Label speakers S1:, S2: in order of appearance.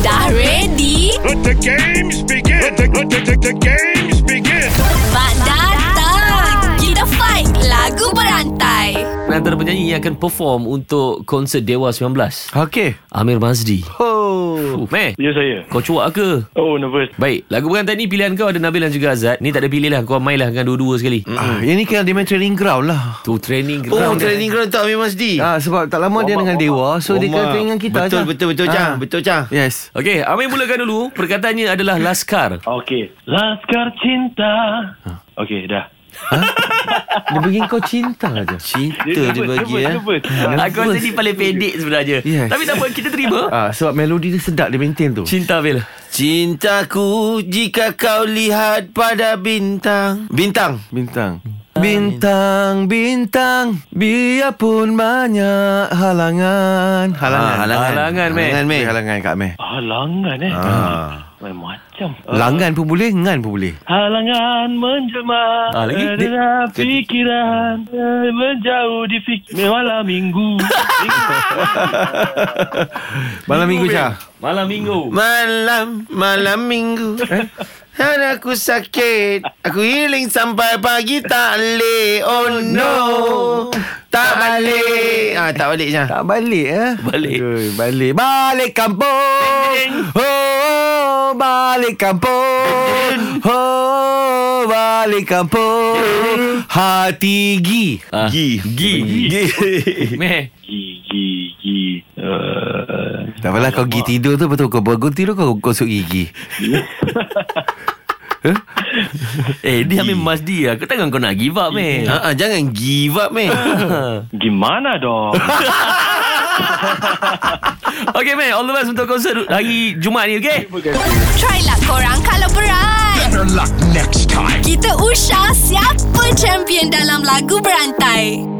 S1: Dah ready?
S2: Let the games begin. Let the, let the, the, the games begin.
S1: Mak datang! Kita fight lagu berantai.
S3: Antara penyanyi yang akan perform untuk konsert Dewa 19
S4: Okey.
S3: Amir Mazdi
S4: Oh.
S3: Meh,
S5: Ya saya
S3: kau cuak ke?
S5: Oh nervous
S3: Baik, lagu berantai ni pilihan kau ada Nabil dan juga Azad Ni tak ada pilih lah, kau main lah dengan dua-dua sekali
S5: Hmm.
S4: Ah, yang ni kan dia main training ground lah.
S3: Tu training
S6: Oh,
S3: ground.
S6: training ground tak Amir Masdi.
S4: Ah, sebab tak lama dia dengan Dewa, so dia kena training dengan kita
S6: betul,
S4: aja.
S6: Betul, betul, Cang.
S4: Ah.
S6: Betul, Cang.
S4: Yes.
S3: Okey, Amir mulakan dulu Perkataannya adalah Laskar
S5: Okey Laskar Cinta Okey dah
S4: Dia bagi kau cinta aja.
S6: Cinta dia bagi ya.
S5: nervous, nervous.
S3: Aku rasa ni paling pendek sebenarnya
S4: Yes.
S3: Tapi tak apa, kita terima
S4: Ah, sebab melodi dia sedap dia maintain tu.
S3: Cinta Bil
S6: Cintaku jika kau lihat pada bintang. Bintang.
S4: Bintang. Bintang, bintang, biarpun banyak halangan. Halangan.
S6: Ah, halangan.
S3: Halangan, meh.
S4: Halangan, meh.
S6: Meh.
S4: Halangan kat meh.
S5: Halangan eh
S6: Ah.
S5: Lain Macam
S4: Langan pun boleh, ngan pun boleh.
S5: Halangan menjelma
S3: Ah, lagi?
S5: Adalah fikiran eh, Menjauh di fik- malam minggu
S4: Malam minggu Syah.
S3: Malam minggu
S6: Malam, malam minggu. Dan aku sakit. Aku healing sampai pagi tak boleh. Oh no. Tak balik. Ah, tak balik Syah.
S4: Tak balik eh.
S3: Balik.
S4: Aduh, balik. Balik kampung. Oh, balik kampung. Oh, balik kampung. Hati gi.
S3: ah.
S6: Gi.
S3: Gi Meh
S5: Gigi Gigi uh,
S4: Tak apalah kau gi tidur tu betul kau bangun tidur kau gosok gigi.
S3: Eh, dia Amir Mazdi lah Kau takkan kau nak give up, Meh
S6: Ah, ah, jangan give up, meh.
S5: Gimana dong
S3: Okay, Meh All the best untuk konsert hari Jumaat ni, okay?
S1: Try lah korang kalau berat.
S2: Better luck next time.
S1: Kita usah siapa champion dalam lagu berantai.